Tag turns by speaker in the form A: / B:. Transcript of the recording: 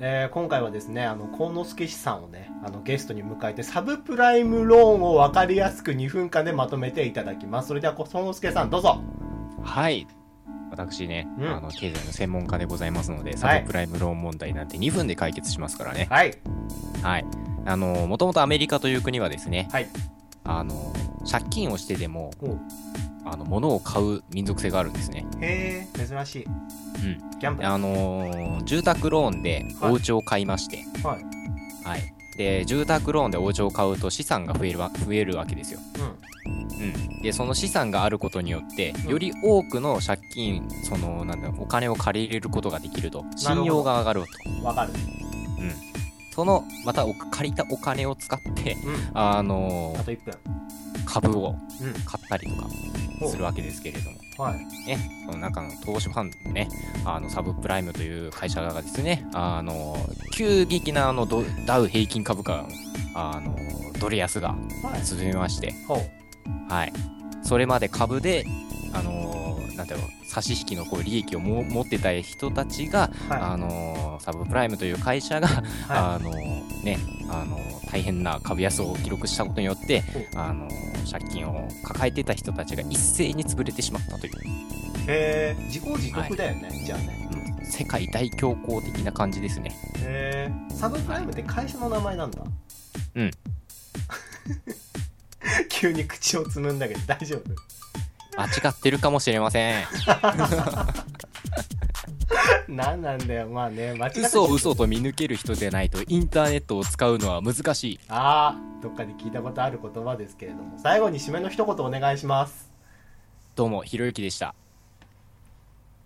A: えー今回はですね、あの、幸之助氏さんをね、あの、ゲストに迎えて、サブプライムローンを分かりやすく2分間でまとめていただきます。それでは、幸之助さん、どうぞ
B: はい。私ね、
A: うん
B: あの経済の専門家でございますので、サブプライムローン問題なんて2分で解決しますからね。
A: はい
B: はい。あの、もともとアメリカという国はですね、
A: はい。
B: あの、借金をしてでも、
A: お
B: あの、物を買う民族性があるんですね。
A: へえ、珍しい。
B: ん
A: ギャンブル。
B: あの、住宅ローンで
A: はい
B: お家を買いまして、
A: はい。
B: はい。で、住宅ローンでお家を買うと資産が増えるわ増えるわけですよ。うん。で、その資産があることによって、
A: うん
B: より多くの借金、その、なんだろうお金を借り入れることができると、
A: なる
B: 信
A: ほど
B: 用が上がると。
A: うん。わかる。
B: うん、そのまたお借りたお金を使って、
A: うん
B: あの
A: あと1分。
B: 株を
A: うん
B: 買ったりとか
A: お
B: するわけですけれども、
A: はい。
B: ね、その中の投資ファンドねあのサブプライムという会社がですねあの急激なあのドダウ平均株価のあのドル安が
A: はい。
B: 進みまして、
A: ほう。
B: はい、それまで株であのなんていうの差し引きのこう利益をも持ってた人たちが、あ
A: は
B: のサブプライムという会社が
A: い。は
B: あのね、あの大変な株安を記録したことによって、あの借金を抱えてた人たちが一斉に潰れてしまったという、
A: い。へえ、自業自得だよね、じゃあね。
B: うん世界大恐慌的な感じですね。
A: へえサブプライムって会社の名前なんだ
B: うん
A: 急に口をつむんだけど大丈夫
B: 間違ってるかもしれ ません。
A: 何なんだよまあね間違って
B: 嘘を嘘と見抜ける人でないと、インターネットを使うのは難しい。
A: ああどっかで聞いたことある言葉ですけれども最後に締めの一言お願いします
B: どうも、ひろゆきでした。